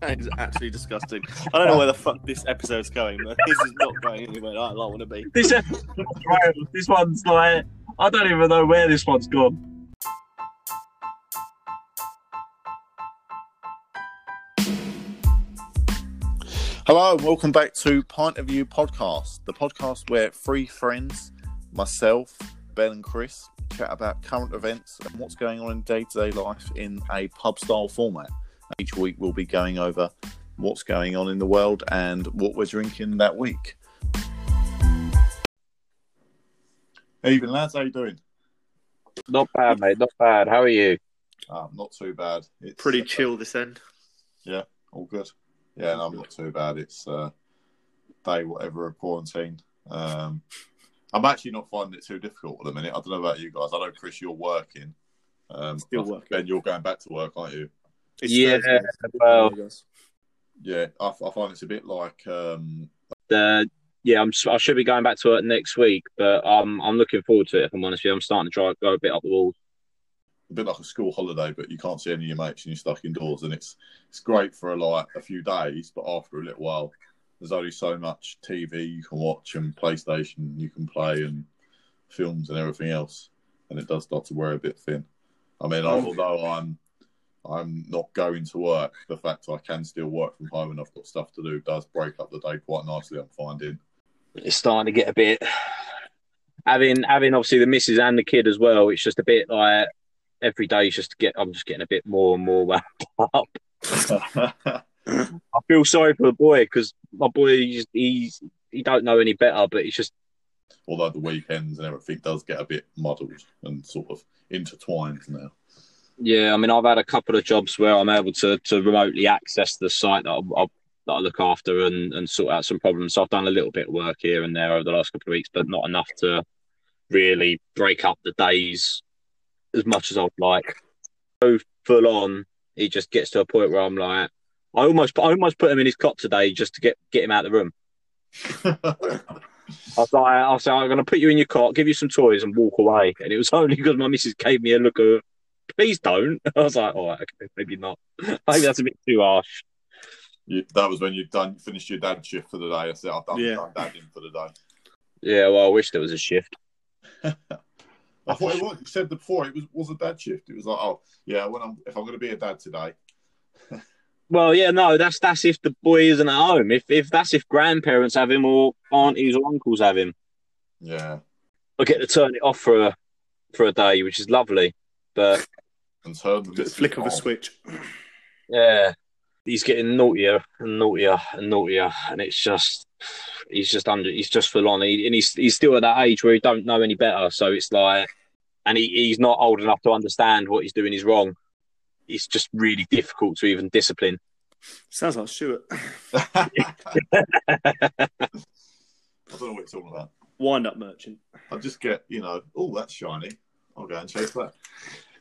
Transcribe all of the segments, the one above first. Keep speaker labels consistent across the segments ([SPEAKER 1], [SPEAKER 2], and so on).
[SPEAKER 1] That is absolutely disgusting. I don't know where the fuck this episode's going, but this is not going anywhere I, I want to be.
[SPEAKER 2] This, this one's like, I don't even know where this one's gone.
[SPEAKER 1] Hello, and welcome back to Pint of View Podcast, the podcast where three friends, myself, Ben, and Chris, chat about current events and what's going on in day to day life in a pub style format. Each week, we'll be going over what's going on in the world and what we're drinking that week. Evening, lads. How you doing?
[SPEAKER 3] Not bad, mate. Not bad. How are you?
[SPEAKER 1] Um, not too bad. It's
[SPEAKER 4] Pretty
[SPEAKER 1] uh,
[SPEAKER 4] chill this end.
[SPEAKER 1] all good. Yeah, and I'm not too bad. It's uh, day whatever of quarantine. Um, I'm actually not finding it too difficult at the minute. I don't know about you guys. I know Chris, you're working. Um,
[SPEAKER 4] Still working.
[SPEAKER 1] And you're going back to work, aren't you?
[SPEAKER 4] It's
[SPEAKER 3] yeah,
[SPEAKER 4] Thursday.
[SPEAKER 3] well,
[SPEAKER 1] Yeah, I, I find it's a bit like um,
[SPEAKER 3] uh, yeah, I'm. s- I should be going back to work next week, but um, I'm looking forward to it. If I'm honest with you, I'm starting to try go a bit up the wall.
[SPEAKER 1] a bit like a school holiday, but you can't see any of your mates and you're stuck indoors. And it's it's great for like a few days, but after a little while, there's only so much TV you can watch and PlayStation you can play and films and everything else, and it does start to wear a bit thin. I mean, although I'm I'm not going to work, the fact I can still work from home and I've got stuff to do does break up the day quite nicely. I'm finding.
[SPEAKER 3] It's starting to get a bit. Having having obviously the missus and the kid as well. It's just a bit like every day. It's just to get. I'm just getting a bit more and more wound up. I feel sorry for the boy because my boy he's, he's he don't know any better, but it's just
[SPEAKER 1] although the weekends and everything does get a bit muddled and sort of intertwined now.
[SPEAKER 3] Yeah, I mean, I've had a couple of jobs where I'm able to to remotely access the site that I, I, that I look after and, and sort out some problems. So I've done a little bit of work here and there over the last couple of weeks, but not enough to really break up the days as much as I'd like. So full on, it just gets to a point where I'm like, I almost I almost put him in his cot today just to get get him out of the room. I was like, I said, I'm going to put you in your cot, give you some toys, and walk away. And it was only because my missus gave me a look of, please don't. I was like, all right, okay, maybe not. I think that's a bit too harsh.
[SPEAKER 1] You, that was when you done finished your dad shift for the day. I said, I've done,
[SPEAKER 4] Yeah.
[SPEAKER 1] done dad in for the day.
[SPEAKER 3] Yeah, well, I wish there was a shift.
[SPEAKER 1] I thought it was. You said that before it was was a dad shift. It was like, oh yeah, when I'm if I'm going to be a dad today,
[SPEAKER 3] Well, yeah, no, that's that's if the boy isn't at home. If if that's if grandparents have him or aunties or uncles have him,
[SPEAKER 1] yeah,
[SPEAKER 3] I get to turn it off for a for a day, which is lovely. But
[SPEAKER 1] and turn
[SPEAKER 4] Bit
[SPEAKER 1] the
[SPEAKER 4] of
[SPEAKER 1] missus
[SPEAKER 4] flick of a
[SPEAKER 1] on.
[SPEAKER 4] switch.
[SPEAKER 3] yeah, he's getting naughtier and naughtier and naughtier, and it's just he's just under he's just full on, he, and he's he's still at that age where he don't know any better. So it's like, and he, he's not old enough to understand what he's doing is wrong. It's just really difficult to even discipline.
[SPEAKER 4] Sounds like Stuart.
[SPEAKER 1] I don't know what you're talking about.
[SPEAKER 4] Wind up merchant.
[SPEAKER 1] I just get you know, oh that's shiny. I'll go and chase that.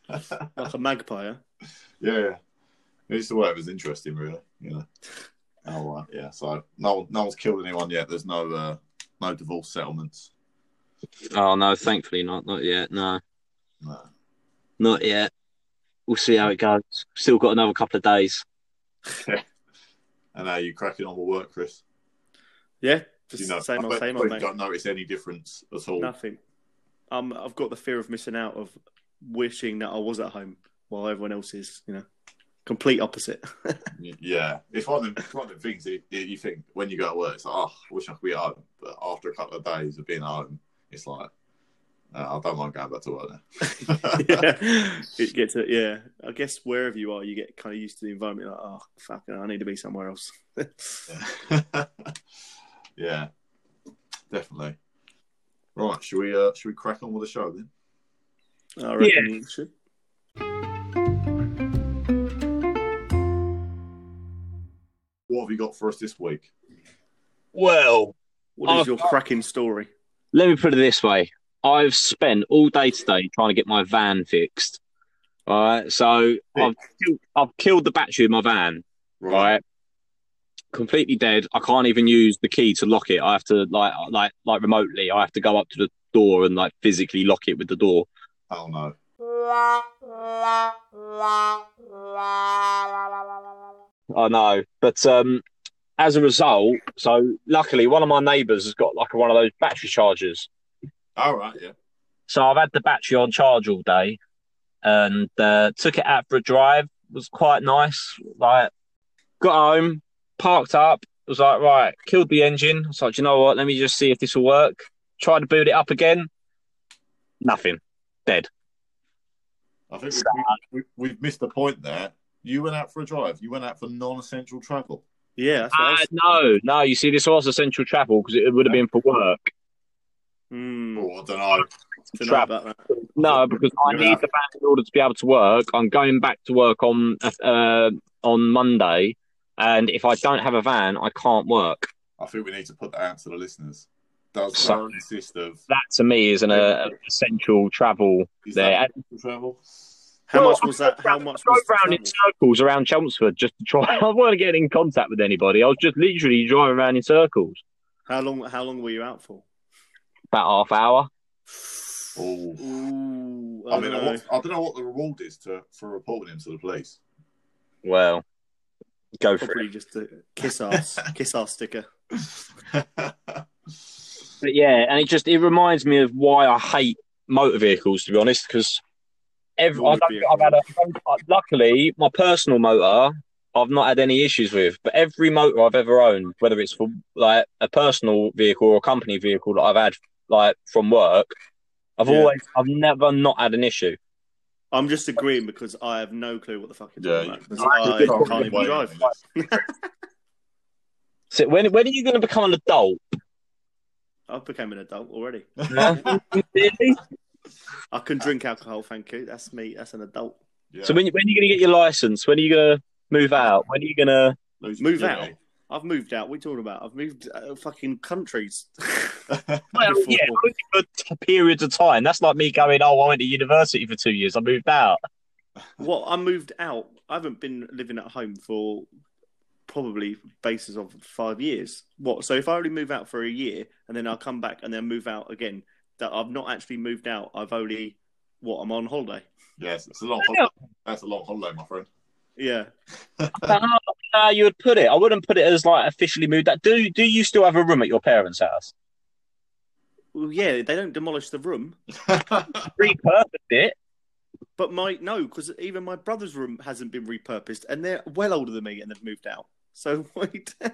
[SPEAKER 4] Like a magpie. huh?
[SPEAKER 1] Yeah, yeah. It's the way it was interesting, really. You know. Oh, right, yeah. So no, no one's killed anyone yet. There's no, uh, no divorce settlements.
[SPEAKER 3] Oh no, thankfully not. Not yet. No,
[SPEAKER 1] No.
[SPEAKER 3] not yet. We'll see how it goes. Still got another couple of days.
[SPEAKER 1] And are you cracking on with work, Chris?
[SPEAKER 4] Yeah, just same
[SPEAKER 1] I
[SPEAKER 4] old,
[SPEAKER 1] bet-
[SPEAKER 4] same
[SPEAKER 1] I
[SPEAKER 4] old,
[SPEAKER 1] bet
[SPEAKER 4] mate.
[SPEAKER 1] you Don't notice any difference at all.
[SPEAKER 4] Nothing. Um, I've got the fear of missing out of wishing that I was at home while everyone else is, you know, complete opposite.
[SPEAKER 1] Y- Yeah, it's one of them, it's one of them things that you- you think when you go to work, it's like, oh, I wish I could be at home. But after a couple of days of being at home, it's like, uh, I don't mind going back to work now.
[SPEAKER 4] yeah, it gets a, yeah. I guess wherever you are, you get kind of used to the environment. Like, oh fucking, I need to be somewhere else.
[SPEAKER 1] yeah. yeah, definitely. Right, should we uh, should we crack on with the show then?
[SPEAKER 4] I reckon you should.
[SPEAKER 1] What have you got for us this week?
[SPEAKER 3] Well,
[SPEAKER 4] What is
[SPEAKER 3] Oh,
[SPEAKER 4] your cracking story?
[SPEAKER 3] let me put it this way: I've spent all day today trying to get my van fixed. All right, so I've killed, I've killed the battery in my van. Right, completely dead. I can't even use the key to lock it. I have to like like like remotely. I have to go up to the door and like physically lock it with the door.
[SPEAKER 1] Oh no.
[SPEAKER 3] I know. But um, as a result, so luckily one of my neighbours has got like one of those battery chargers.
[SPEAKER 1] All right, yeah.
[SPEAKER 3] So I've had the battery on charge all day, and uh, took it out for a drive. Was quite nice. Like got home, parked up. Was like right, killed the engine. I was like, Do you know what? Let me just see if this will work. Tried to boot it up again. Nothing. Dead.
[SPEAKER 1] I think we, we, we, we've missed the point there. You went out for a drive. You went out for non-essential travel.
[SPEAKER 4] Yeah, that's what I
[SPEAKER 3] Uh,
[SPEAKER 4] was-
[SPEAKER 3] no, no. You see, this was essential travel because it would have been for work.
[SPEAKER 4] Mm,
[SPEAKER 1] Oh, I don't know.
[SPEAKER 4] don't know
[SPEAKER 3] Travel.
[SPEAKER 4] about that.
[SPEAKER 3] No, because I
[SPEAKER 1] Yeah.
[SPEAKER 3] need the van in order to be able to work. I'm going back to work on uh, on Monday, and if I don't have a van, I can't work.
[SPEAKER 1] I think we need to put that out to the listeners. Does
[SPEAKER 3] So-
[SPEAKER 1] that consist of
[SPEAKER 3] That to me is an uh, essential travel.
[SPEAKER 1] is
[SPEAKER 3] There.
[SPEAKER 1] that essential travel?
[SPEAKER 4] How
[SPEAKER 3] Well,
[SPEAKER 4] much was that? How much
[SPEAKER 3] I
[SPEAKER 4] was the
[SPEAKER 3] drove around in
[SPEAKER 4] travel?
[SPEAKER 3] circles around Chelmsford just to try. I wasn't getting in contact with anybody. I was just literally driving around in circles.
[SPEAKER 4] How long? How long were you out for?
[SPEAKER 3] About half hour.
[SPEAKER 1] Oh.
[SPEAKER 4] Ooh,
[SPEAKER 1] I mean,
[SPEAKER 4] don't
[SPEAKER 1] what,
[SPEAKER 4] know.
[SPEAKER 1] I don't know what the reward is to for reporting him to the police.
[SPEAKER 3] Well, go for it.
[SPEAKER 4] probably just a kiss ass, kiss ass sticker.
[SPEAKER 3] But yeah, and it just it reminds me of why I hate motor vehicles to be honest, because every I
[SPEAKER 4] Motor
[SPEAKER 3] don't think I've had a luckily my personal motor I've not had any issues with, but every motor I've ever owned, whether it's for like a personal vehicle or a company vehicle that I've had like from work, I've
[SPEAKER 4] Yeah.
[SPEAKER 3] always I've never not had an issue.
[SPEAKER 4] I'm just agreeing because I have no clue what the fuck you're talking
[SPEAKER 1] yeah, you-
[SPEAKER 4] about. 'cause
[SPEAKER 1] you
[SPEAKER 4] I can't even
[SPEAKER 1] complain.
[SPEAKER 4] drive.
[SPEAKER 3] So when when are you going to become an adult?
[SPEAKER 4] I became an adult already.
[SPEAKER 3] Really?
[SPEAKER 4] I can drink alcohol, thank you. That's me. That's an adult.
[SPEAKER 1] Yeah.
[SPEAKER 3] So when when are you going to get your license? When are you going to move out? When are you going to?
[SPEAKER 1] Lose
[SPEAKER 4] Move
[SPEAKER 1] your
[SPEAKER 4] out. I've moved out. What are you talking about? I've moved uh, fucking countries.
[SPEAKER 1] virginity.
[SPEAKER 3] Well,
[SPEAKER 4] Before-
[SPEAKER 3] yeah, only for t- periods of time. That's like me going, oh, I went to university for two years. I moved out.
[SPEAKER 4] Well, I moved out. I haven't been living at home for probably basis of five years. What? So if I only move out for a year and then I'll come back and then move out again, that I've not actually moved out. I've only what? I'm on holiday.
[SPEAKER 1] yes, it's a long. Holiday. That's a long holiday, my friend.
[SPEAKER 4] Yeah.
[SPEAKER 3] I don't know how oh, you would put it. I wouldn't put it as like officially moved out. Do do you still have a room at your parents' house?
[SPEAKER 4] Well, yeah. They don't demolish the room,
[SPEAKER 3] Repurposed it.
[SPEAKER 4] but my no, because even my brother's room hasn't been repurposed, and they're well older than me, and they've moved out. So what you doing?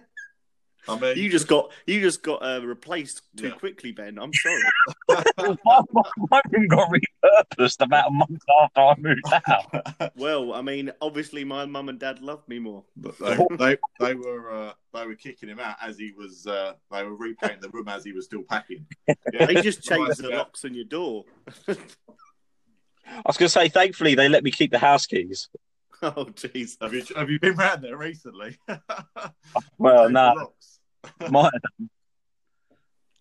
[SPEAKER 1] I mean,
[SPEAKER 4] You just got you just got uh, replaced too
[SPEAKER 1] Yeah.
[SPEAKER 4] quickly, Ben. I'm sorry.
[SPEAKER 3] my, my, my room got repurposed about a month after I moved out.
[SPEAKER 4] well, I mean, obviously my mum and dad loved me more.
[SPEAKER 1] But they, they they were uh, they were kicking him out as he was uh, they were repainting the room as he was still packing. Yeah.
[SPEAKER 4] They just
[SPEAKER 1] Nice,
[SPEAKER 4] changed the
[SPEAKER 1] yeah.
[SPEAKER 4] locks on your door.
[SPEAKER 3] I was going to say, thankfully, they let me keep the house keys.
[SPEAKER 4] oh jeez.
[SPEAKER 3] Uh,
[SPEAKER 1] Have you have you been round there recently?
[SPEAKER 3] Well,
[SPEAKER 1] Hey,
[SPEAKER 3] no,
[SPEAKER 1] relax.
[SPEAKER 3] might have done.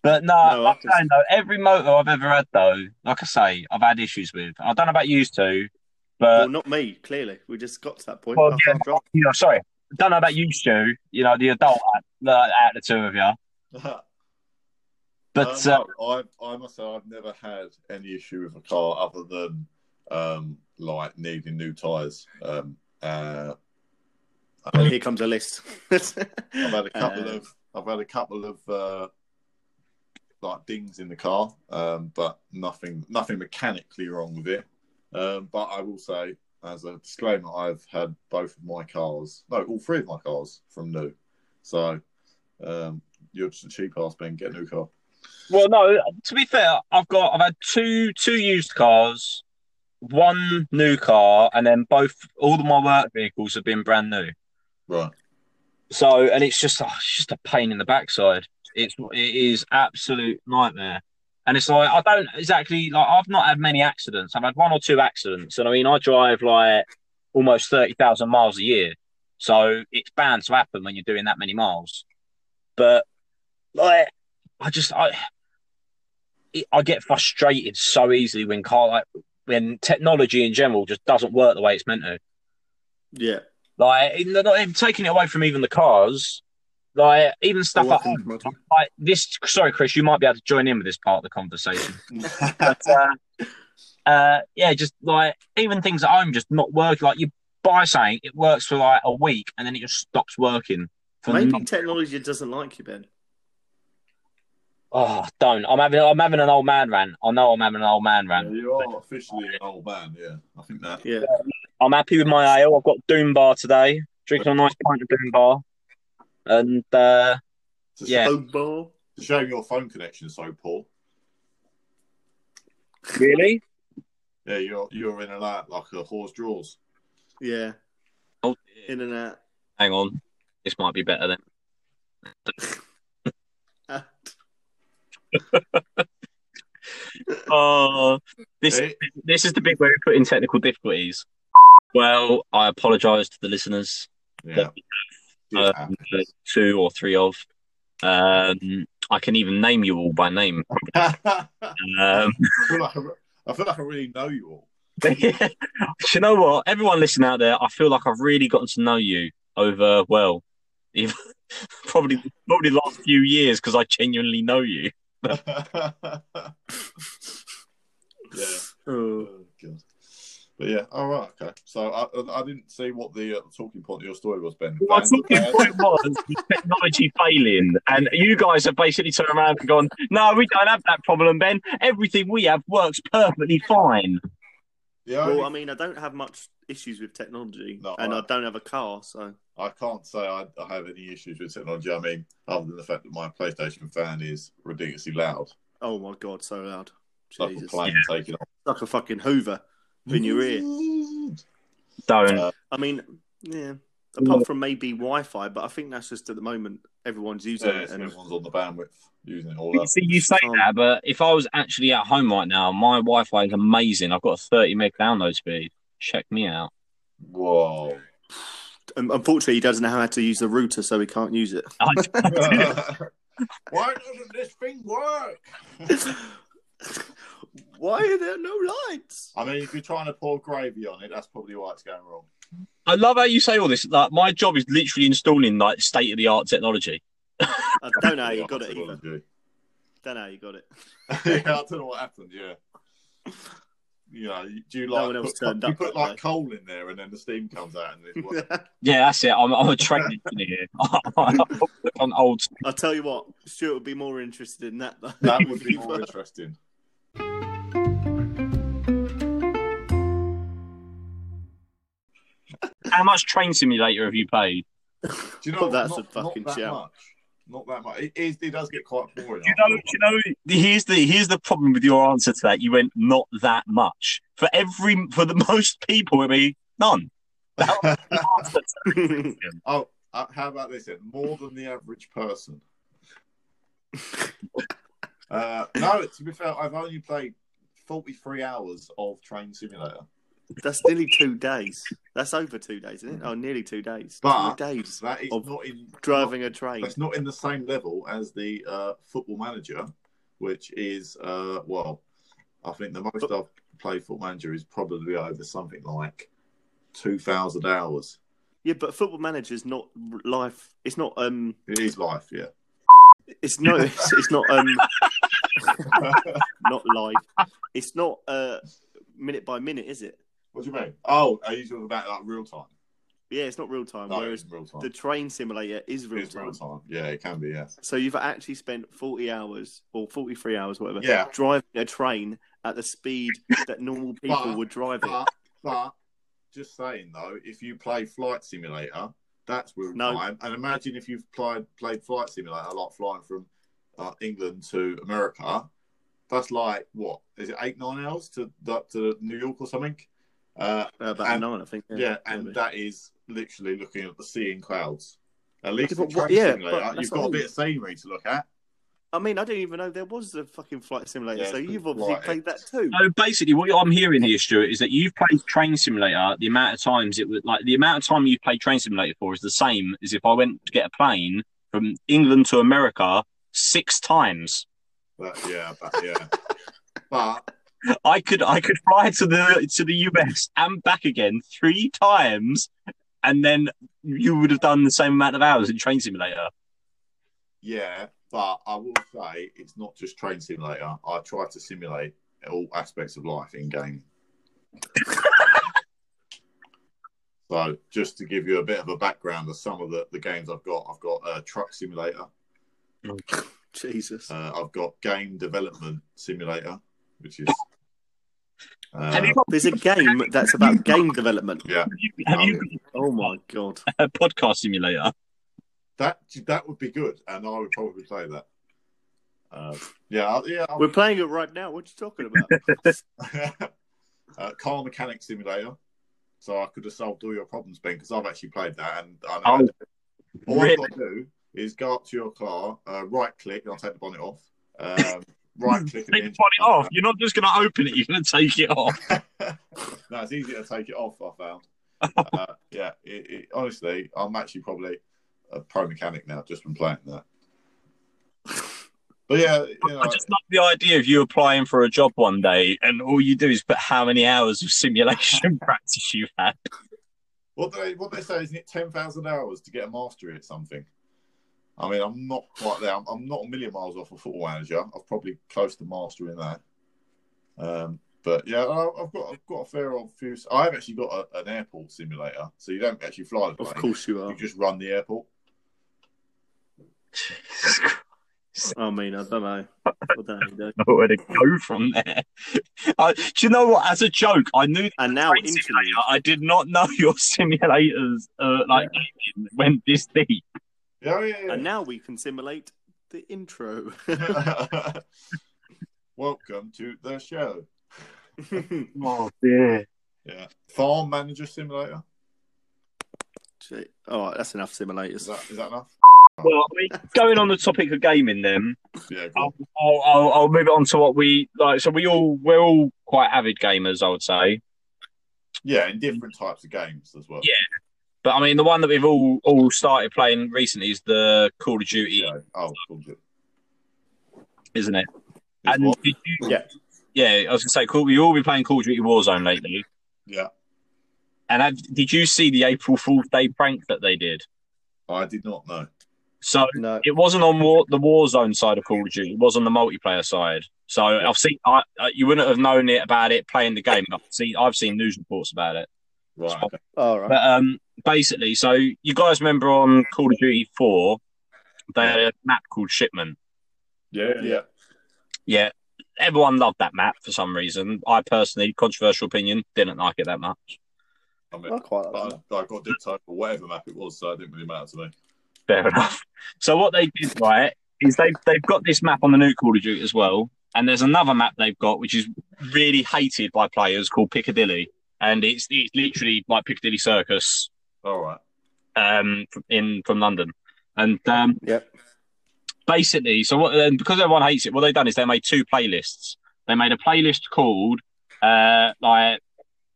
[SPEAKER 3] But no,
[SPEAKER 4] No, I
[SPEAKER 3] I'm
[SPEAKER 4] just-
[SPEAKER 3] saying though, every motor I've ever had though, like I say, I've had issues with. I don't know about you two, but
[SPEAKER 4] well, not me. Clearly, we just got to that point.
[SPEAKER 3] uh, Well,
[SPEAKER 4] I
[SPEAKER 3] yeah.
[SPEAKER 4] can't drive.
[SPEAKER 3] you know, sorry, don't know about you, Stu. You know, the adult out, the- out of the two of you. But uh,
[SPEAKER 1] Um, Uh, I I must say I've never had any issue with a car other than um, like needing new tyres. Um, uh,
[SPEAKER 4] Well, here comes a list. Uh, I've
[SPEAKER 1] I've had a couple
[SPEAKER 3] Uh.
[SPEAKER 1] of I've had a couple of uh, like dings in the car, um, but nothing nothing mechanically wrong with it. Um, but I will say, as a disclaimer, I've had both of my cars, no, all three of my cars from new. So um, you're just a cheap ass Ben, get a new car.
[SPEAKER 3] well, no. To be fair, I've got I've had two two used cars, one new car, and then both all of my work vehicles have been brand new.
[SPEAKER 1] Right.
[SPEAKER 3] So, and it's just, oh, it's just a pain in the backside. It's, it is absolute nightmare. And it's like, I don't exactly, like, I've not had many accidents. I've had one or two accidents. And I mean, I drive like almost 30,000 miles a year. So it's bound to happen when you're doing that many miles. But like, I just, I, it, I get frustrated so easily when car, like, when technology in general just doesn't work the way it's meant to.
[SPEAKER 4] yeah.
[SPEAKER 3] Like, in- not even taking it away from even the cars, like even stuff
[SPEAKER 4] Oh, I
[SPEAKER 3] like,
[SPEAKER 4] can imagine.
[SPEAKER 3] like this. Sorry, Chris, you might be able to join in with this part of the conversation. But uh, uh, yeah, just like even things at home just not working. Like you buy something, it works for like a week, and then it just stops working. For
[SPEAKER 4] Maybe
[SPEAKER 1] Um,
[SPEAKER 3] months.
[SPEAKER 4] technology doesn't like you, Ben.
[SPEAKER 3] oh, don't. I'm having I'm having an old man rant. I know I'm having an old man
[SPEAKER 1] Yeah,
[SPEAKER 3] rant.
[SPEAKER 1] you are officially an old man. Yeah, I think that.
[SPEAKER 4] Yeah.
[SPEAKER 3] I'm happy with my ale. I've got Doom Bar today. Drinking a nice pint of Doom Bar, and uh,
[SPEAKER 1] It's a
[SPEAKER 3] Yeah.
[SPEAKER 1] shame-
[SPEAKER 4] Oh, ball.
[SPEAKER 1] It's a shame your phone connection's so poor.
[SPEAKER 3] really.
[SPEAKER 1] Yeah, you're you're in and out like a horse draws.
[SPEAKER 4] Yeah.
[SPEAKER 3] Oh,
[SPEAKER 4] In and out.
[SPEAKER 3] hang on. This might be better then. Oh, this
[SPEAKER 1] Eh?
[SPEAKER 3] this is the bit where we put in technical difficulties. Well, I apologise to the listeners.
[SPEAKER 1] Yeah.
[SPEAKER 3] Uh,
[SPEAKER 1] Yeah.
[SPEAKER 3] there's two or three of. Um, I can even name you all by name. Um,
[SPEAKER 1] I, feel like I, I feel like I really know you all.
[SPEAKER 3] do you know what? Everyone listening out there, I feel like I've really gotten to know you over well, even, probably probably the last few years because I genuinely know you.
[SPEAKER 1] yeah.
[SPEAKER 4] Oh.
[SPEAKER 1] Oh, God. But yeah, all right, okay. So I, I- I didn't see what the uh, talking point of your story was, Ben. Uh,
[SPEAKER 3] My
[SPEAKER 1] Van-
[SPEAKER 3] talking
[SPEAKER 1] Van-
[SPEAKER 3] point was technology failing, and you guys have basically turned around and gone, "No, we don't have that problem, Ben. Everything we have works perfectly fine."
[SPEAKER 1] The only-
[SPEAKER 4] Well, I mean, I don't have much issues with technology,
[SPEAKER 1] No,
[SPEAKER 4] and
[SPEAKER 1] I-
[SPEAKER 4] I, don't have a car, so
[SPEAKER 1] I can't say I, I have any issues with technology. I mean, other than the fact that my PlayStation fan is ridiculously loud,
[SPEAKER 4] oh my god, so loud,
[SPEAKER 1] It's like a
[SPEAKER 4] Jesus,
[SPEAKER 1] plane taking off
[SPEAKER 4] like a fucking Hoover in your ear.
[SPEAKER 3] Don't.
[SPEAKER 1] Uh,
[SPEAKER 4] I mean, yeah. Apart from maybe Wi-Fi, but I think that's just at the moment everyone's using
[SPEAKER 1] Yeah,
[SPEAKER 4] it,
[SPEAKER 1] so
[SPEAKER 4] and
[SPEAKER 1] everyone's on the bandwidth using it all up.
[SPEAKER 3] See, you say
[SPEAKER 4] Um,
[SPEAKER 3] that, but if I was actually at home right now, my Wi-Fi is amazing. I've got a 30 meg download speed. Check me out.
[SPEAKER 1] Whoa.
[SPEAKER 4] um, unfortunately, he doesn't know how to use the router, so he can't use it.
[SPEAKER 3] I,
[SPEAKER 1] Why doesn't this thing work?
[SPEAKER 4] Why are there no lights?
[SPEAKER 1] I mean, if you're trying to pour gravy on it, that's probably why it's going wrong.
[SPEAKER 3] I love how you say all this. Like, my job is literally installing like state of the art technology.
[SPEAKER 4] I don't know how you got it either. Don't know how you got it.
[SPEAKER 1] yeah, I don't know what happened. Yeah, you know, you- do you
[SPEAKER 4] No
[SPEAKER 1] like
[SPEAKER 4] one else
[SPEAKER 1] put,
[SPEAKER 4] turned
[SPEAKER 1] you
[SPEAKER 4] up
[SPEAKER 1] put
[SPEAKER 4] that
[SPEAKER 1] like
[SPEAKER 4] day.
[SPEAKER 1] coal in there, and then the steam comes out, and it's what,
[SPEAKER 3] Yeah, that's it. I'm, I'm a trained engineer. I'm old.
[SPEAKER 4] I'll tell you what, Stuart would be more interested in that. Though.
[SPEAKER 1] that would be more interesting.
[SPEAKER 3] How much train simulator have you paid?
[SPEAKER 1] Do you know
[SPEAKER 4] Oh,
[SPEAKER 1] what?
[SPEAKER 4] that's
[SPEAKER 1] Not-
[SPEAKER 4] a fucking
[SPEAKER 1] not that
[SPEAKER 4] shout.
[SPEAKER 1] much. Not that much. It, is, it does get quite boring.
[SPEAKER 3] You know, you know. Here's the here's the problem with your answer to that. You went not that much for every for the most people. It would be none.
[SPEAKER 1] oh, uh, how about this? Then? More than the average person. uh, no, to be fair, I've only played forty-three hours of Train Simulator.
[SPEAKER 4] That's nearly two days. That's over two days, isn't it? Oh, nearly two days.
[SPEAKER 1] But-
[SPEAKER 4] two days
[SPEAKER 1] That is
[SPEAKER 4] Of
[SPEAKER 1] not in
[SPEAKER 4] driving a train.
[SPEAKER 1] That's not in the same level as the uh, Football Manager, which is uh, well, I think the most I've played Football Manager is probably over something like two thousand hours.
[SPEAKER 4] Yeah, but Football Manager's not r- life. It's not. Um.
[SPEAKER 1] It is life, yeah.
[SPEAKER 4] It's no. It's, it's not. Um. Not life. It's not. Uh. Minute by minute, is it?
[SPEAKER 1] what do you mean? Oh, are you talking about like real time?
[SPEAKER 4] Yeah, it's not real time.
[SPEAKER 1] No,
[SPEAKER 4] whereas
[SPEAKER 1] it's real time.
[SPEAKER 4] the train simulator is real
[SPEAKER 1] It's
[SPEAKER 4] time.
[SPEAKER 1] real time. Yeah, it can be. Yeah.
[SPEAKER 4] So you've actually spent forty hours or forty-three hours, whatever,
[SPEAKER 1] Yeah.
[SPEAKER 4] driving a train at the speed that normal people
[SPEAKER 1] But-
[SPEAKER 4] would drive it. uh,
[SPEAKER 1] But, but just saying though, if you play Flight Simulator, that's real
[SPEAKER 4] No.
[SPEAKER 1] time. And imagine if you've played played Flight Simulator, like flying from uh, England to America. That's like what is it eight nine hours to that to New York or something? Uh,
[SPEAKER 4] Uh, about
[SPEAKER 1] And-
[SPEAKER 4] nine, I think.
[SPEAKER 1] yeah, and
[SPEAKER 4] maybe.
[SPEAKER 1] that is literally looking at the sea and clouds. At least
[SPEAKER 4] Yeah,
[SPEAKER 1] with
[SPEAKER 4] but what-
[SPEAKER 1] Train
[SPEAKER 4] yeah,
[SPEAKER 1] Simulator,
[SPEAKER 4] but that's
[SPEAKER 1] you've
[SPEAKER 4] what
[SPEAKER 1] got
[SPEAKER 4] I
[SPEAKER 1] a
[SPEAKER 4] mean.
[SPEAKER 1] bit of scenery to look at.
[SPEAKER 4] I mean, I didn't even know there was a fucking flight simulator.
[SPEAKER 1] Yeah,
[SPEAKER 4] so
[SPEAKER 1] it's
[SPEAKER 4] you've
[SPEAKER 1] called
[SPEAKER 4] obviously
[SPEAKER 1] Flight
[SPEAKER 4] played that too.
[SPEAKER 3] So basically, what I'm hearing here, Stuart, is that you've played Train Simulator. The amount of times it was like the amount of time you played Train Simulator for is the same as if I went to get a plane from England to America six times.
[SPEAKER 1] But yeah, but yeah, but
[SPEAKER 3] I could I could fly to the to the US and back again three times, and then you would have done the same amount of hours in Train Simulator.
[SPEAKER 1] Yeah, but I will say it's not just train simulator. I try to simulate all aspects of life in game. So just to give you a bit of a background of some of the, the games I've got, I've got uh, Truck Simulator,
[SPEAKER 4] Jesus.
[SPEAKER 1] uh, I've got Game Development Simulator, which is. Uh,
[SPEAKER 2] Have you got,
[SPEAKER 4] There's a game that's about game development.
[SPEAKER 1] yeah,
[SPEAKER 2] have you got
[SPEAKER 4] Oh my god.
[SPEAKER 3] a podcast simulator.
[SPEAKER 1] that that would be good, and I would probably play that. Uh, yeah, I- yeah. I
[SPEAKER 4] We're playing it right now. What are you talking about?
[SPEAKER 1] uh, car mechanic simulator. So I could have solved all your problems, Ben, because I've actually played that. And I
[SPEAKER 3] Oh,
[SPEAKER 1] know all I've got to do is go up to your car, uh, right click, and I'll take the bonnet off. Um, right click and
[SPEAKER 3] Take the bonnet off. You're not just going to open it. You're going to take it off.
[SPEAKER 1] no, it's easier to take it off. I found. Uh, yeah, it, it, honestly, I'm actually probably a pro mechanic now, just from playing that. But yeah, you know,
[SPEAKER 3] I just love the idea of you applying for a job one day, and all you do is put how many hours of simulation practice you've had.
[SPEAKER 1] What do they what they say? Isn't it ten thousand hours to get a mastery at something? I mean, I'm not quite there. I'm, I'm not a million miles off a football manager. I'm probably close to mastering that. Um, but yeah, I, I've got I've got a fair old few. I've actually got a, an airport simulator, so you don't actually fly the plane.
[SPEAKER 4] of course uh. you
[SPEAKER 1] you
[SPEAKER 4] are.
[SPEAKER 1] just run the airport.
[SPEAKER 3] Jesus Christ,
[SPEAKER 4] I mean, I don't know. I don't know.
[SPEAKER 3] I don't know where to go from there. I, do you know what? As a joke, I knew
[SPEAKER 4] And now
[SPEAKER 3] Great
[SPEAKER 4] interlude.
[SPEAKER 3] simulator. I did not know your simulators uh, like went this deep.
[SPEAKER 1] Yeah, yeah,
[SPEAKER 4] And now we can simulate the intro.
[SPEAKER 1] yeah. Welcome to the show.
[SPEAKER 3] Oh dear.
[SPEAKER 1] Yeah, farm manager simulator.
[SPEAKER 4] All right, that's enough
[SPEAKER 1] Is
[SPEAKER 4] simulators.
[SPEAKER 1] that is that enough?
[SPEAKER 3] Well, I mean, going on the topic of gaming, then
[SPEAKER 1] Yeah, go on.
[SPEAKER 3] I'll, I'll, I'll, I'll move it on to what we like. So we all we're all quite avid gamers, I would say.
[SPEAKER 1] yeah, in different types of games as well.
[SPEAKER 3] Yeah. But I mean, the one that we've all all started playing recently is the Call of Duty,
[SPEAKER 1] Yeah. Oh, cool. It's
[SPEAKER 3] isn't it?
[SPEAKER 1] what?
[SPEAKER 3] did you,
[SPEAKER 4] Yeah.
[SPEAKER 3] yeah, I was gonna say, cool. We all been playing Call of Duty Warzone lately.
[SPEAKER 1] yeah.
[SPEAKER 3] And have, did you see the April Fool's Day prank that they did?
[SPEAKER 1] I did not know.
[SPEAKER 3] So
[SPEAKER 4] No.
[SPEAKER 3] it wasn't on war, the Warzone side of Call of Duty. It was on the multiplayer side. So I've seen. I, I, you wouldn't have known it about it playing the game. But I've seen, I've seen news reports about it.
[SPEAKER 1] Right. okay.
[SPEAKER 4] All right.
[SPEAKER 3] But um, basically, so you guys remember on Call of Duty Four, they had a map called Shipment.
[SPEAKER 1] Yeah, yeah.
[SPEAKER 3] Yeah, everyone loved that map for some reason. I personally, controversial opinion, didn't like it that much.
[SPEAKER 1] I mean,
[SPEAKER 4] I quite like
[SPEAKER 1] but
[SPEAKER 4] that.
[SPEAKER 1] I, I got dipped over whatever map it was, so it didn't really matter to me.
[SPEAKER 3] Fair enough. So what they did, right, is they they've got this map on the new Call of Duty as well, and there's another map they've got which is really hated by players called Piccadilly, and it's it's literally like Piccadilly Circus
[SPEAKER 1] All right.
[SPEAKER 3] um from- in from London, and um
[SPEAKER 4] Yep.
[SPEAKER 3] basically so what and because everyone hates it, what they've done is they made two playlists. They made a playlist called uh like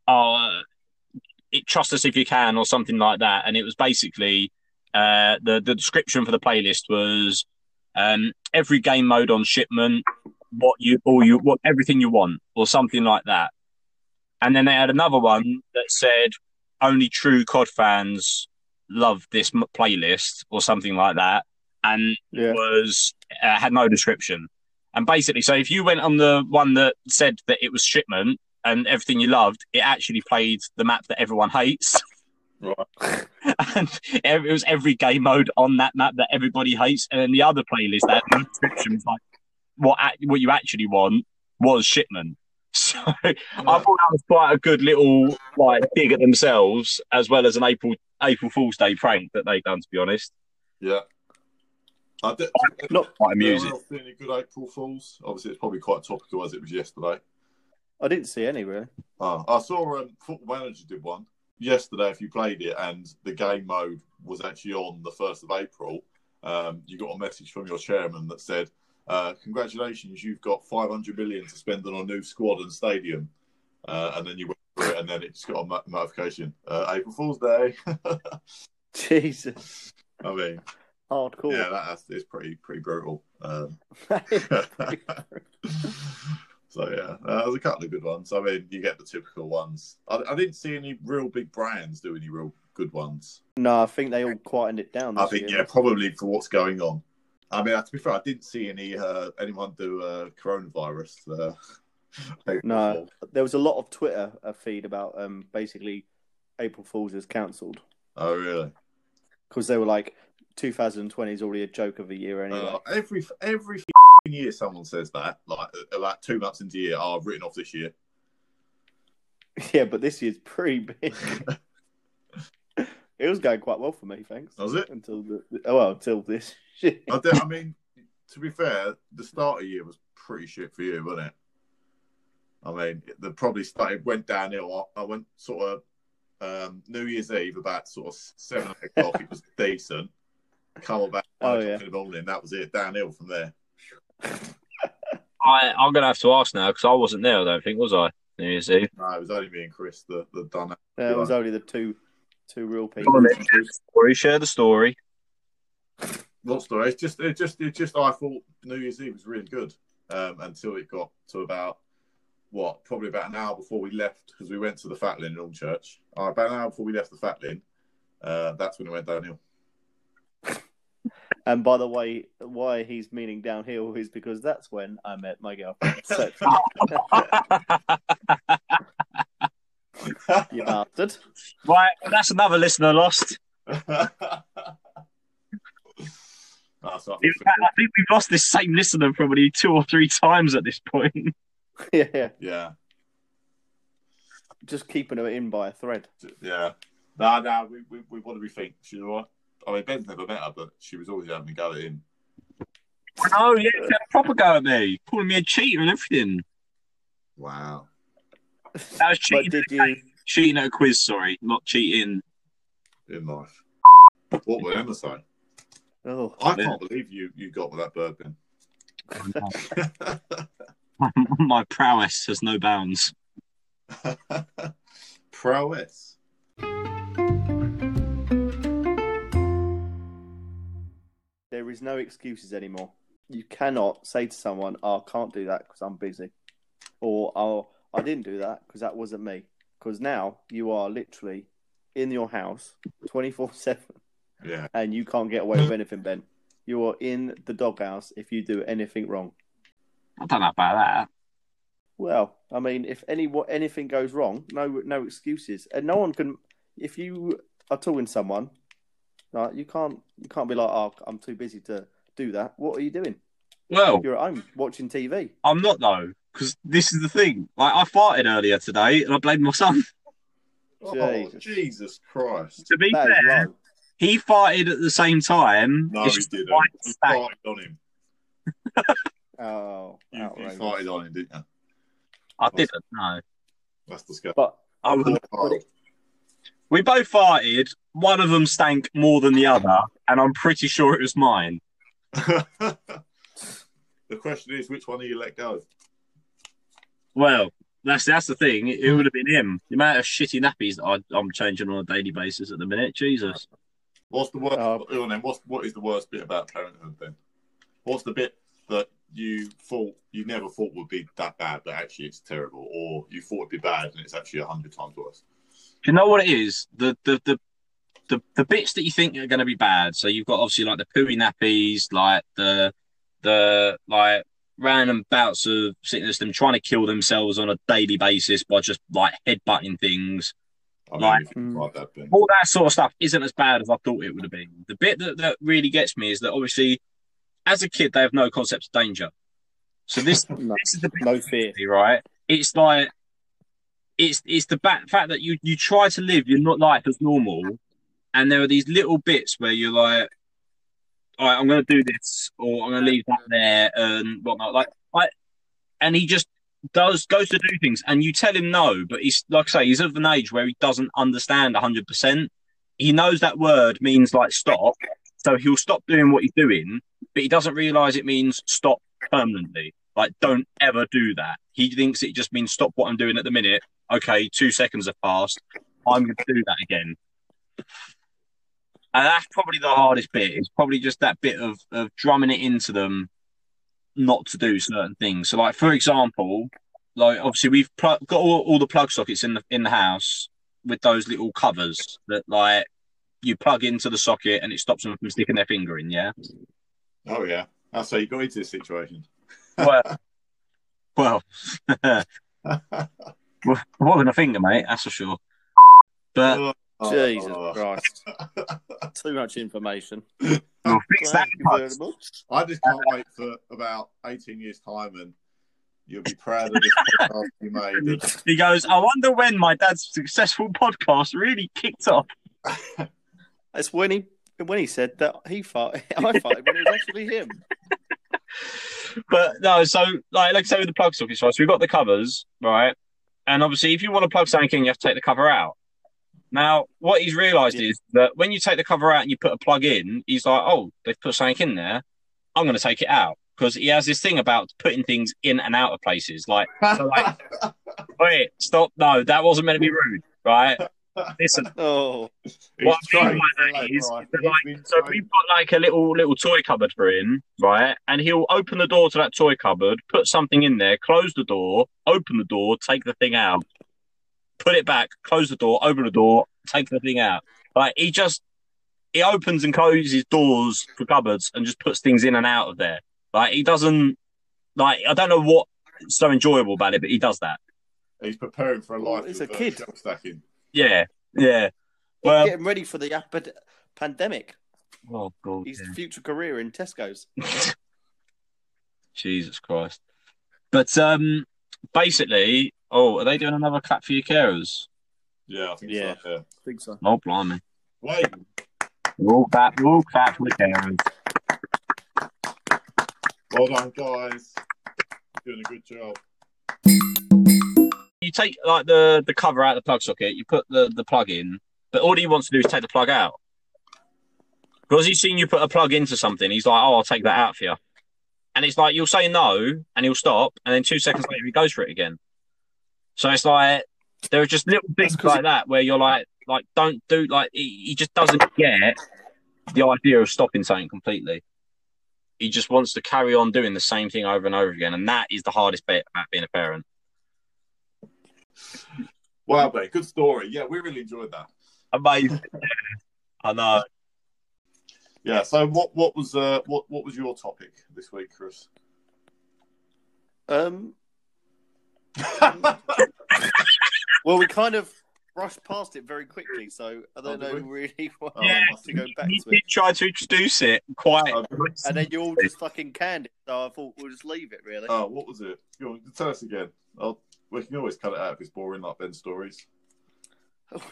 [SPEAKER 3] uh it trust us if you can or something like that and it was basically uh the the description for the playlist was um every game mode on shipment what you or you what everything you want or something like that and then they had another one that said only true cod fans love this m- playlist or something like that and
[SPEAKER 4] Yeah.
[SPEAKER 3] was uh, had no description and basically so if you went on the one that said that it was shipment and everything you loved, it actually played the map that everyone hates.
[SPEAKER 1] Right.
[SPEAKER 3] and ev- it was every game mode on that map that everybody hates. And then the other playlist that had no description was like what ac- what you actually want was shipment. So I thought that was quite a good little like dig at themselves, as well as an April April Fool's Day prank that they done. To be honest,
[SPEAKER 1] Yeah. I did,
[SPEAKER 4] Not.
[SPEAKER 3] quite
[SPEAKER 1] anyone
[SPEAKER 3] amusing.
[SPEAKER 1] else see any good April Fools? Obviously, it's probably quite topical as it was yesterday.
[SPEAKER 4] I didn't see any really.
[SPEAKER 1] Uh, I saw um, Football Manager did one yesterday. If you played it and the game mode was actually on the first of April, um, you got a message from your chairman that said, uh, "Congratulations, you've got 500 million to spend on a new squad and stadium." Uh, and then you went through it, and then it just got a mo- notification: uh, April Fool's Day.
[SPEAKER 4] Jesus.
[SPEAKER 1] I mean,
[SPEAKER 4] Hardcore.
[SPEAKER 1] yeah, that, that's it's pretty pretty brutal. Um, so yeah, uh, there's a couple of good ones. I mean, you get the typical ones. I, I didn't see any real big brands do any real good ones.
[SPEAKER 4] no, I think they all quietened it down.
[SPEAKER 1] I
[SPEAKER 4] This
[SPEAKER 1] think
[SPEAKER 4] year.
[SPEAKER 1] yeah, probably for what's going on. I mean, uh, to be fair, I didn't see any uh, anyone do uh, coronavirus. Uh,
[SPEAKER 4] No. There was a lot of Twitter uh, feed about um, basically April Fool's is cancelled
[SPEAKER 1] Oh, really?
[SPEAKER 4] because they were like, 2020 is already a joke of a year anyway.
[SPEAKER 1] Uh, every every f year, someone says that. Like about two months into the year, oh, I've written off this year.
[SPEAKER 4] yeah, but this year's pretty big. it was going quite well for me, thanks.
[SPEAKER 1] Does it?
[SPEAKER 4] Until the oh well, until this shit.
[SPEAKER 1] I, don't- I mean, to be fair, the start of the year was pretty shit for you, wasn't it? I mean, the probably started went downhill. I I went sort of um, New Year's Eve about sort of seven o'clock. it was decent. Come about
[SPEAKER 4] Oh,
[SPEAKER 1] five
[SPEAKER 4] yeah.
[SPEAKER 1] o'clock in the morning. That was it. Downhill from there.
[SPEAKER 3] I, I'm going to have to ask now because I wasn't there. I don't think was I New Year's Eve.
[SPEAKER 1] No, it was only me and Chris that, that done it.
[SPEAKER 4] No, Uh, it was only the two two real people.
[SPEAKER 3] Story, share the story.
[SPEAKER 1] Not story. It's just, it just, it just. I thought New Year's Eve was really good um, until it got to about what, probably about an hour before we left because we went to the Fatlin in Church. Uh, about an hour before we left the Fatlin, uh, that's when it went downhill.
[SPEAKER 4] And by the way, why he's meaning downhill is because that's when I met my girlfriend. So, you bastard.
[SPEAKER 3] Right, that's another listener lost.
[SPEAKER 1] That's
[SPEAKER 3] In fact, I think we've lost this same listener probably two or three times at this point.
[SPEAKER 4] yeah,
[SPEAKER 1] yeah,
[SPEAKER 4] just keeping her in by a thread.
[SPEAKER 1] yeah. Nah, nah. We, we, we what do we think? She's all right. I mean, Ben's never met her, but she was always having a go at him.
[SPEAKER 3] Oh yeah, proper go at me, calling me a cheater and everything.
[SPEAKER 1] Wow.
[SPEAKER 3] That was
[SPEAKER 4] But
[SPEAKER 3] cheating.
[SPEAKER 4] did you?
[SPEAKER 3] cheating at a quiz. Sorry, not cheating.
[SPEAKER 1] In life. What would Emma say?
[SPEAKER 4] Oh,
[SPEAKER 1] I can't believe you you got with that bird, Ben.
[SPEAKER 3] My prowess has no bounds.
[SPEAKER 1] Prowess.
[SPEAKER 4] there is no excuses anymore. You cannot say to someone, oh, "I can't do that because I'm busy," or "Oh, I didn't do that because that wasn't me." Because now you are literally in your house twenty four seven,
[SPEAKER 1] Yeah.
[SPEAKER 4] and you can't get away with anything, Ben. You are in the doghouse if you do anything wrong.
[SPEAKER 3] I don't know about that.
[SPEAKER 4] Well, I mean, if any what anything goes wrong, no no excuses, and no one can. If you are talking to someone, like you can't you can't be like, "Oh, I'm too busy to do that." What are you doing?
[SPEAKER 3] Well,
[SPEAKER 4] You're at home watching TV.
[SPEAKER 3] I'm not though, because this is the thing. Like I farted earlier today, and I blamed my son.
[SPEAKER 1] Oh,
[SPEAKER 4] Jesus.
[SPEAKER 1] Jesus Christ.
[SPEAKER 3] To be
[SPEAKER 4] That is
[SPEAKER 3] fair,
[SPEAKER 4] low.
[SPEAKER 3] he farted at the same time.
[SPEAKER 1] No,
[SPEAKER 3] It's
[SPEAKER 1] he
[SPEAKER 3] just
[SPEAKER 1] didn't.
[SPEAKER 3] like
[SPEAKER 1] You
[SPEAKER 3] that.
[SPEAKER 1] farted on him.
[SPEAKER 4] Oh,
[SPEAKER 1] You, you
[SPEAKER 4] outrageous.
[SPEAKER 1] farted on him, didn't you?
[SPEAKER 3] I didn't. No,
[SPEAKER 1] That's disgusting.
[SPEAKER 4] But
[SPEAKER 3] I was,
[SPEAKER 1] Oh,
[SPEAKER 3] we both farted. One of them stank more than the other, and I'm pretty sure it was mine.
[SPEAKER 1] the question is, which one do you let go?
[SPEAKER 3] Well, that's that's the thing. It, would have been him. The amount of shitty nappies that I, I'm changing on a daily basis at the minute, Jesus.
[SPEAKER 1] What's the worst?
[SPEAKER 4] Uh,
[SPEAKER 1] hang on then, what's what is the worst bit about parenthood then? What's the bit that you thought you never thought would be that bad, but actually it's terrible, or you thought it'd be bad and it's actually a hundred times worse?
[SPEAKER 3] You know what it is? The the the the, the bits that you think are going to be bad. So you've got obviously like the pooey nappies, like the the like random bouts of sickness, them trying to kill themselves on a daily basis by just like headbutting things.
[SPEAKER 1] I mean,
[SPEAKER 3] Right.
[SPEAKER 1] if you like that, then
[SPEAKER 3] all that sort of stuff isn't as bad as I thought it would have been. The bit that, that really gets me is that obviously, as a kid, they have no concept of danger. So this
[SPEAKER 4] no,
[SPEAKER 3] this is the bit,
[SPEAKER 4] no fear.
[SPEAKER 3] right? It's like it's it's the ba- fact that you you try to live your not life as normal, and there are these little bits where you're like, all right, I'm going to do this, or I'm going to leave that there, and whatnot. Like, I, and he just does goes to do things, and you tell him no, but he's like I say, he's of an age where he doesn't understand 100. percent He knows that word means like stop, so he'll stop doing what he's doing, but he doesn't realize it means stop permanently. Like, don't ever do that. He thinks it just means stop what I'm doing at the minute. Okay, two seconds have passed. I'm going to do that again. And that's probably the hardest bit. It's probably just that bit of, of drumming it into them not to do certain things. So, like for example, like obviously we've pl- got all, all the plug sockets in the in the house with those little covers that like you plug into the socket and it stops them from sticking their finger in. Yeah.
[SPEAKER 1] oh yeah, that's how you got into this situation.
[SPEAKER 3] Well,
[SPEAKER 1] Oh,
[SPEAKER 3] well, more than a finger, mate. That's for sure.
[SPEAKER 2] But
[SPEAKER 1] Oh,
[SPEAKER 4] Jesus
[SPEAKER 1] oh.
[SPEAKER 4] Christ. Too much information.
[SPEAKER 5] We'll fix that.
[SPEAKER 4] Thank you very
[SPEAKER 5] post.
[SPEAKER 4] much.
[SPEAKER 1] I just can't wait for about 18 years' time and you'll be proud of this podcast you made.
[SPEAKER 2] he goes, I wonder when my dad's successful podcast really kicked off.
[SPEAKER 4] That's when he when he said that he farted. I farted when it was actually him.
[SPEAKER 3] But no, so like like I say with the plug sockets, right? So we've got the covers, right? And obviously, if you want to plug something in, you have to take the cover out. Now, what he's realised
[SPEAKER 4] Yeah.
[SPEAKER 3] is that when you take the cover out and you put a plug in, he's like, "Oh, they've put something in there. I'm going to take it out." Because he has this thing about putting things in and out of places. Like, so like, wait, stop! No, that wasn't meant to be rude, right? Listen,
[SPEAKER 4] Oh,
[SPEAKER 3] what
[SPEAKER 1] He's
[SPEAKER 3] I mean
[SPEAKER 1] trained for
[SPEAKER 3] by that is,
[SPEAKER 1] Brian.
[SPEAKER 3] that,
[SPEAKER 1] He's
[SPEAKER 3] like,
[SPEAKER 1] been
[SPEAKER 3] so we've
[SPEAKER 1] trained.
[SPEAKER 3] got like a little little toy cupboard for him, right? And he'll open the door to that toy cupboard, put something in there, close the door, open the door, take the thing out, put it back, close the door, open the door, take the thing out. Like he just he opens and closes doors for cupboards and just puts things in and out of there. Like he doesn't like I don't know what's so enjoyable about it, but he does that.
[SPEAKER 1] He's preparing for a
[SPEAKER 4] Well,
[SPEAKER 1] life.
[SPEAKER 4] it's
[SPEAKER 1] with,
[SPEAKER 4] a
[SPEAKER 1] uh,
[SPEAKER 4] kid.
[SPEAKER 1] shelf Stacking.
[SPEAKER 3] Yeah, yeah. Well,
[SPEAKER 4] getting ready for the ap- pandemic.
[SPEAKER 3] oh god,
[SPEAKER 4] His
[SPEAKER 3] yeah.
[SPEAKER 4] future career in Tesco's.
[SPEAKER 3] Jesus Christ. But um basically, oh, are they doing another clap for your carers?
[SPEAKER 1] Yeah, I think
[SPEAKER 4] Yeah.
[SPEAKER 1] so. Yeah.
[SPEAKER 4] think so.
[SPEAKER 3] Oh, blimey.
[SPEAKER 1] Wait,
[SPEAKER 3] We're all clap, we're all clap for the carers.
[SPEAKER 1] well done, guys. Doing a good job.
[SPEAKER 3] You take like the, the cover out of the plug socket, you put the, the plug in, but all he wants to do is take the plug out. Because he's seen you put a plug into something, he's like, Oh, I'll take that out for you. And it's like you'll say no and he'll stop, and then two seconds later he goes for it again. So it's like there are just little
[SPEAKER 4] That's
[SPEAKER 3] bits
[SPEAKER 4] 'cause
[SPEAKER 3] like that where you're like, like don't do like he, he just doesn't get the idea of stopping something completely. He just wants to carry on doing the same thing over and over again, and that is the hardest bit about being a parent.
[SPEAKER 1] Wow, mate. Good story. Yeah, we really enjoyed that.
[SPEAKER 3] Amazing. I know.
[SPEAKER 1] Yeah. So, what what was uh what what was your topic this week, Chris?
[SPEAKER 4] Um, well, we kind of rushed past it very quickly, so I don't
[SPEAKER 1] Oh,
[SPEAKER 4] know
[SPEAKER 1] did
[SPEAKER 4] really what
[SPEAKER 1] Yeah.
[SPEAKER 4] to go back
[SPEAKER 3] He
[SPEAKER 4] to
[SPEAKER 3] did
[SPEAKER 4] it.
[SPEAKER 3] try to introduce it quite.
[SPEAKER 1] Oh,
[SPEAKER 4] And then you all just fucking canned it, so I thought we'll just leave it really.
[SPEAKER 1] oh, what was it? Go on, tell us again. I'll, we can always cut it out if it's boring, like Ben's stories.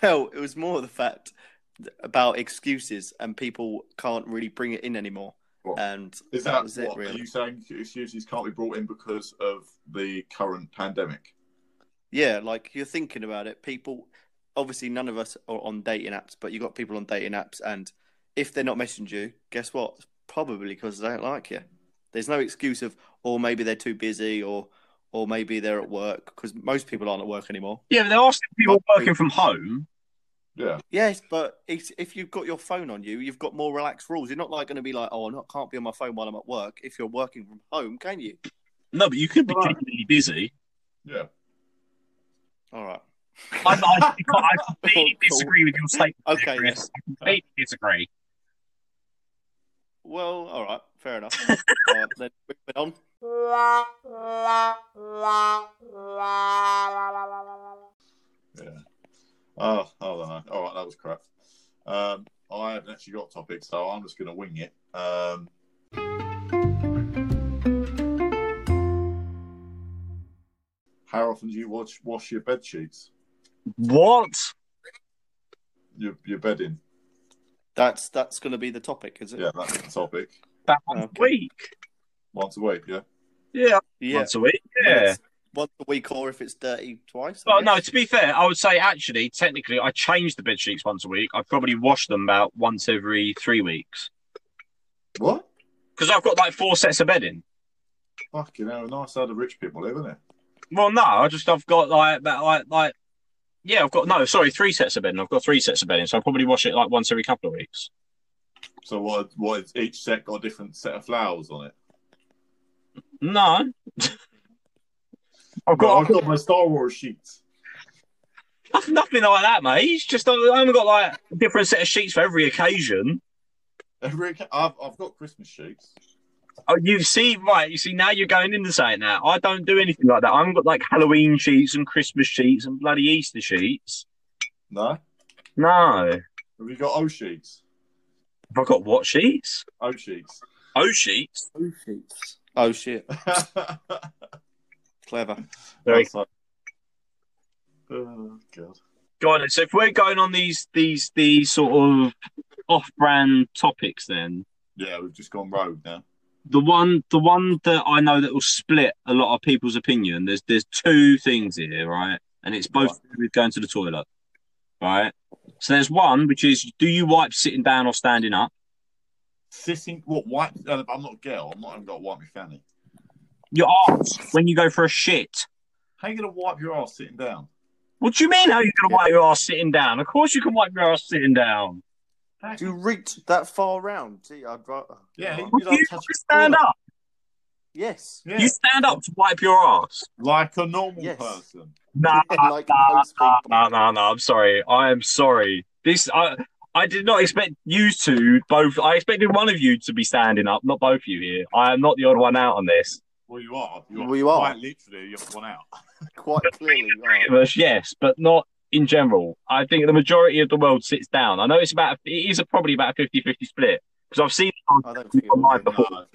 [SPEAKER 4] Well, it was more the fact th- about excuses and people can't really bring it in anymore.
[SPEAKER 1] Well,
[SPEAKER 4] And
[SPEAKER 1] Is
[SPEAKER 4] that
[SPEAKER 1] that,
[SPEAKER 4] was it,
[SPEAKER 1] what
[SPEAKER 4] really.
[SPEAKER 1] are you saying? Excuses can't be brought in because of the current pandemic.
[SPEAKER 4] yeah, like you're thinking about it, people obviously none of us are on dating apps, but you got people on dating apps, and if they're not messaging you, guess what? Probably because they don't like you. There's no excuse of, or maybe they're too busy, or or maybe they're at work because most people aren't at work anymore.
[SPEAKER 3] Yeah, but there are still people working from home.
[SPEAKER 1] Yeah.
[SPEAKER 4] Yes, but it's, if you've got your phone on you, you've got more relaxed rules. You're not like going to be like, oh, I am not can't be on my phone while I'm at work. If you're working from home, can you?
[SPEAKER 3] No, but you could be
[SPEAKER 1] Right.
[SPEAKER 3] particularly busy.
[SPEAKER 1] Yeah.
[SPEAKER 4] All right.
[SPEAKER 3] I, I, I completely
[SPEAKER 4] Cool.
[SPEAKER 3] disagree with your statement.
[SPEAKER 4] Okay. then.
[SPEAKER 3] Chris. I completely disagree.
[SPEAKER 4] Well, all right. Fair enough. all right, then moving on.
[SPEAKER 1] Oh, I don't know. All right, that was crap. Um, I haven't actually got topics, so I'm just going to wing it. Um, how often do you wash wash your bed sheets,
[SPEAKER 3] What?
[SPEAKER 1] your your bedding?
[SPEAKER 4] That's that's going to be the topic, is it?
[SPEAKER 1] Yeah, that's the topic.
[SPEAKER 3] That
[SPEAKER 4] Uh, Okay.
[SPEAKER 3] week?
[SPEAKER 1] Once a week, yeah.
[SPEAKER 3] Yeah,
[SPEAKER 4] Yeah.
[SPEAKER 3] once a week.
[SPEAKER 4] Well,
[SPEAKER 3] Yeah.
[SPEAKER 4] it's Once a week, or if it's dirty, twice. I
[SPEAKER 3] Well, no.
[SPEAKER 4] guess.
[SPEAKER 3] To be fair, I would say actually, technically, I change the bed sheets once a week. I probably wash them about once every three weeks
[SPEAKER 1] What?
[SPEAKER 3] because I've got like four sets of bedding.
[SPEAKER 1] Fucking hell, nice out of rich people, live, isn't it?
[SPEAKER 3] Well, no, I just I've got like about like like yeah, I've got no, sorry, three sets of bedding. I've got three sets of bedding, so I probably wash it like once every couple of weeks.
[SPEAKER 1] So what? What? Each set got a different set of flowers on it.
[SPEAKER 3] No, I've
[SPEAKER 1] Well,
[SPEAKER 3] got
[SPEAKER 1] I've got my Star Wars sheets.
[SPEAKER 3] I've nothing like that, mate. It's just I only got like a different set of sheets for every occasion.
[SPEAKER 1] Every, I've, I've got Christmas sheets.
[SPEAKER 3] Oh, you see, right? You see, now you're going into saying that I don't do anything like that. I've got like Halloween sheets and Christmas sheets and bloody Easter sheets.
[SPEAKER 1] No,
[SPEAKER 2] No. Have
[SPEAKER 1] Have you got O sheets?
[SPEAKER 2] I got what sheets?
[SPEAKER 1] O sheets.
[SPEAKER 2] Oh, sheets.
[SPEAKER 4] Oh shit! Oh shit! Clever.
[SPEAKER 2] Very
[SPEAKER 1] That's like- Oh god.
[SPEAKER 3] Go on. So if we're going on these these these sort of off-brand topics, then
[SPEAKER 1] Yeah, we've just gone rogue now.
[SPEAKER 3] the one the one that I know that will split a lot of people's opinion. There's there's two things here, right? And it's both with going to the toilet, right? So there's one which is do you wipe sitting down or standing up?
[SPEAKER 1] Sitting what white uh, I'm not a girl, I'm not even got to wipe my fanny.
[SPEAKER 3] Your arse when you go for a shit.
[SPEAKER 1] How you gonna wipe your ass sitting down?
[SPEAKER 3] What do you mean? How you gonna wipe your ass sitting down? Of course you can wipe your ass sitting down.
[SPEAKER 4] Do you reach that far round? Gee, I'd rather.
[SPEAKER 1] Yeah, he-
[SPEAKER 3] Would
[SPEAKER 1] You'd
[SPEAKER 3] you
[SPEAKER 1] have to
[SPEAKER 3] stand up?
[SPEAKER 4] Yes.
[SPEAKER 1] Yeah,
[SPEAKER 3] You stand up to wipe your ass.
[SPEAKER 1] like a normal
[SPEAKER 4] Yes.
[SPEAKER 1] person.
[SPEAKER 3] Nah,
[SPEAKER 4] Like
[SPEAKER 3] nah,
[SPEAKER 4] most
[SPEAKER 3] nah,
[SPEAKER 4] people.
[SPEAKER 3] nah, nah, nah. I'm sorry. I am sorry. This I I did not expect you two both. I expected one of you to be standing up, not both of you here. I am not the odd one out on this.
[SPEAKER 1] Well, you are. You are.
[SPEAKER 4] Well, you are.
[SPEAKER 1] Quite literally, you have gone out.
[SPEAKER 4] Quite clearly.
[SPEAKER 3] Three of us, yes, but not in general. I think the majority of the world sits down. I know it's about it is a, probably about a 50-50 split because I've seen
[SPEAKER 4] I don't think. It
[SPEAKER 3] Online
[SPEAKER 4] will.
[SPEAKER 3] The
[SPEAKER 1] No,
[SPEAKER 3] whole-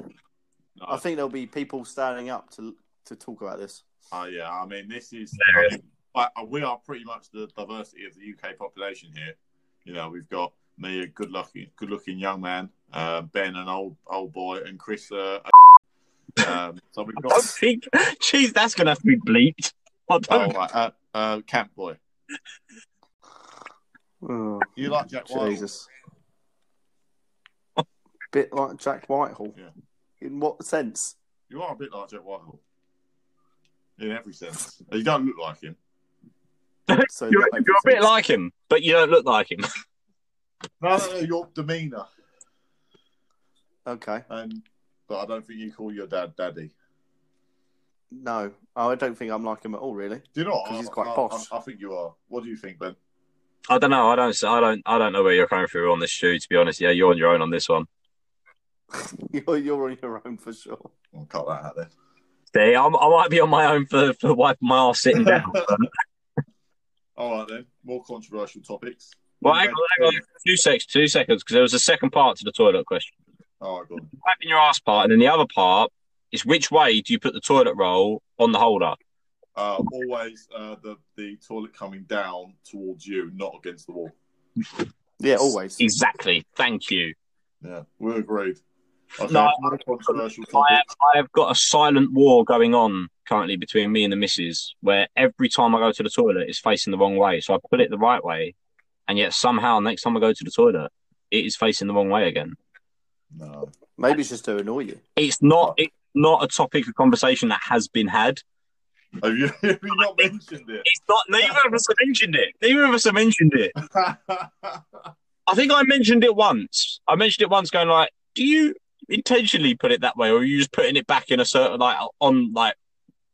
[SPEAKER 1] no.
[SPEAKER 4] I think there'll be people standing up to to talk about this.
[SPEAKER 1] Oh yeah, I mean, this is.
[SPEAKER 3] There
[SPEAKER 1] I mean, I, I- we are pretty much the diversity of the UK population here. You know, we've got me, a good looking, good looking young man, uh, Ben, an old old boy, and Chris. Uh, um, so we've
[SPEAKER 3] I don't
[SPEAKER 1] got
[SPEAKER 3] think. Jeez, that's gonna have to be bleeped. I
[SPEAKER 1] oh,
[SPEAKER 3] don't.
[SPEAKER 1] right, uh, uh, Camp Boy.
[SPEAKER 4] Oh,
[SPEAKER 1] You like Jack White?
[SPEAKER 4] Jesus. Bit like Jack Whitehall.
[SPEAKER 1] Yeah.
[SPEAKER 4] In what sense?
[SPEAKER 1] You are a bit like Jack Whitehall in every sense. You don't look like him.
[SPEAKER 4] So
[SPEAKER 3] You're,
[SPEAKER 4] that makes
[SPEAKER 3] you're a bit
[SPEAKER 4] sense.
[SPEAKER 3] like him, but you don't look like him.
[SPEAKER 1] No, no, no, your demeanour,
[SPEAKER 4] Okay.
[SPEAKER 1] and but I don't think you call your dad daddy.
[SPEAKER 4] No, Oh, I don't think I'm like him at all. Really.
[SPEAKER 1] Do you know? what?
[SPEAKER 4] 'Cause he's
[SPEAKER 1] I-
[SPEAKER 4] quite
[SPEAKER 1] I-
[SPEAKER 4] posh.
[SPEAKER 1] I, I think you are. What do you think, Ben?
[SPEAKER 3] I don't know. I don't. I don't. I don't know where you're coming through on this shoe. To be honest, yeah, you're on your own on this one.
[SPEAKER 4] You're you're on your own for sure.
[SPEAKER 1] I'll cut that out there.
[SPEAKER 3] See, I'm, I might be on my own for for wiping my ass sitting down.
[SPEAKER 1] All right then, more controversial topics.
[SPEAKER 3] well, hang on, hang on. Two seconds. Two seconds, because there was a second part to the toilet question.
[SPEAKER 1] All right, go on.
[SPEAKER 3] Wiping your ass part, and then the other part is which way do you put the toilet roll on the holder?
[SPEAKER 1] Uh, always uh, the the toilet coming down towards you, not against the wall.
[SPEAKER 4] Yeah, always.
[SPEAKER 3] Exactly. Thank you.
[SPEAKER 1] Yeah, we're agreed. Okay,
[SPEAKER 3] No,
[SPEAKER 1] more controversial
[SPEAKER 3] I have,
[SPEAKER 1] topics.
[SPEAKER 3] I have got a silent war going on currently between me and the missus, where every time I go to the toilet, it's facing the wrong way. So I put it the right way, and yet somehow next time I go to the toilet, it is facing the wrong way again.
[SPEAKER 1] No,
[SPEAKER 4] Maybe it's just to annoy you.
[SPEAKER 3] It's not. It's not a topic of conversation that has been had.
[SPEAKER 1] have you, have you not mentioned it?
[SPEAKER 3] It's not. Neither of us have mentioned it. Neither of us have mentioned it.
[SPEAKER 1] Uh,
[SPEAKER 3] I think I mentioned it once. I mentioned it once, going like, "Do you intentionally put it that way, or are you just putting it back in a certain like on like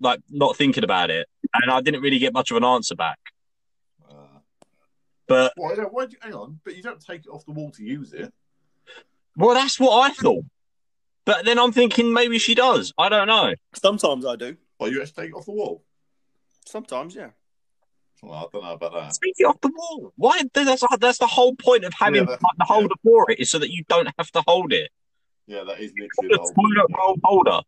[SPEAKER 3] like not thinking about it?" And I didn't really get much of an answer back.
[SPEAKER 1] uh,
[SPEAKER 3] But
[SPEAKER 1] why, don't- why do you, hang on, but you don't take it off the wall to use it.
[SPEAKER 3] well, that's what I thought. But then I'm thinking maybe she does. I don't know.
[SPEAKER 4] Sometimes I do.
[SPEAKER 1] Why you actually take it off the wall?
[SPEAKER 4] Sometimes, yeah.
[SPEAKER 1] Well, I don't know about that.
[SPEAKER 3] Take it off the wall. Why? That's that's the whole point of having
[SPEAKER 1] Yeah, but-
[SPEAKER 3] like, the holder for it is so that you don't have to hold it.
[SPEAKER 1] Yeah, that is
[SPEAKER 3] Put
[SPEAKER 1] literally
[SPEAKER 3] The
[SPEAKER 1] the whole.
[SPEAKER 3] toilet roll holder.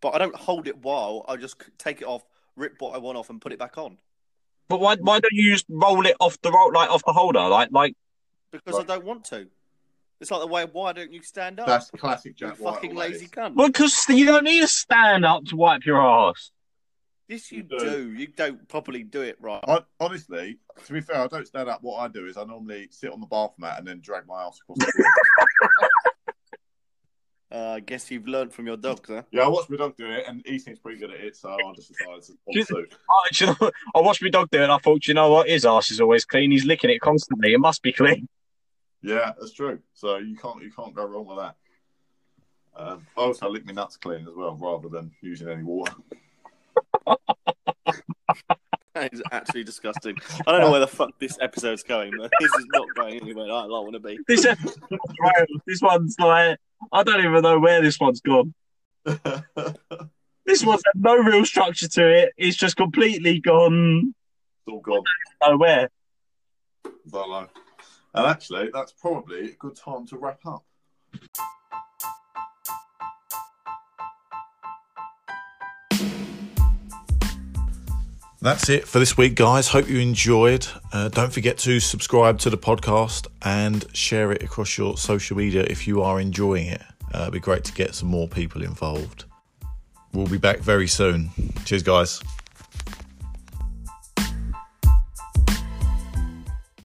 [SPEAKER 4] But I don't hold it while I just take it off, rip what I want off, and put it back on
[SPEAKER 3] But why? Why don't you just roll it off the roll like off the holder? Like like
[SPEAKER 4] because
[SPEAKER 1] Right.
[SPEAKER 4] I don't want to. It's like the way why don't you stand up?
[SPEAKER 1] That's classic
[SPEAKER 4] you
[SPEAKER 1] Jack White.
[SPEAKER 4] fucking
[SPEAKER 1] all that
[SPEAKER 4] lazy
[SPEAKER 1] is.
[SPEAKER 4] cunt.
[SPEAKER 3] well, because you don't need to stand up to wipe your ass.
[SPEAKER 4] Yes,
[SPEAKER 1] You
[SPEAKER 4] you
[SPEAKER 1] do.
[SPEAKER 4] do. You don't properly do it right.
[SPEAKER 1] Hon- Honestly, to be fair, I don't stand up. What I do is I normally sit on the bath mat and then drag my ass across the floor.
[SPEAKER 4] Uh, I guess you've learned from your dogs, huh?
[SPEAKER 1] yeah, I watched my dog do it, and he seems pretty good at it, so I just decided to follow suit.
[SPEAKER 3] I, do Oh, you know, what? I watched my dog Oh, do it. and I thought, you know what? His ass is always clean. He's licking it constantly. It must be clean.
[SPEAKER 1] Yeah, that's true. So you can't you can't go wrong with that. Um, I also lick my nuts clean as well, rather than using any water.
[SPEAKER 4] That is actually disgusting. I don't know where the fuck this episode's going, but this is not going anywhere I want to be.
[SPEAKER 3] This uh,
[SPEAKER 2] Right, this one's like I don't even know where this one's gone.
[SPEAKER 1] it's
[SPEAKER 2] This one's had no real structure to it. It's just completely gone
[SPEAKER 1] all gone.
[SPEAKER 2] nowhere.
[SPEAKER 1] Don't know. uh, And actually, that's probably a good time to wrap up. That's it for this week, guys. Hope you enjoyed. Uh, don't forget to subscribe to the podcast and share it across your social media if you are enjoying it. Uh, it'd be great to get some more people involved. We'll be back very soon. Cheers, guys.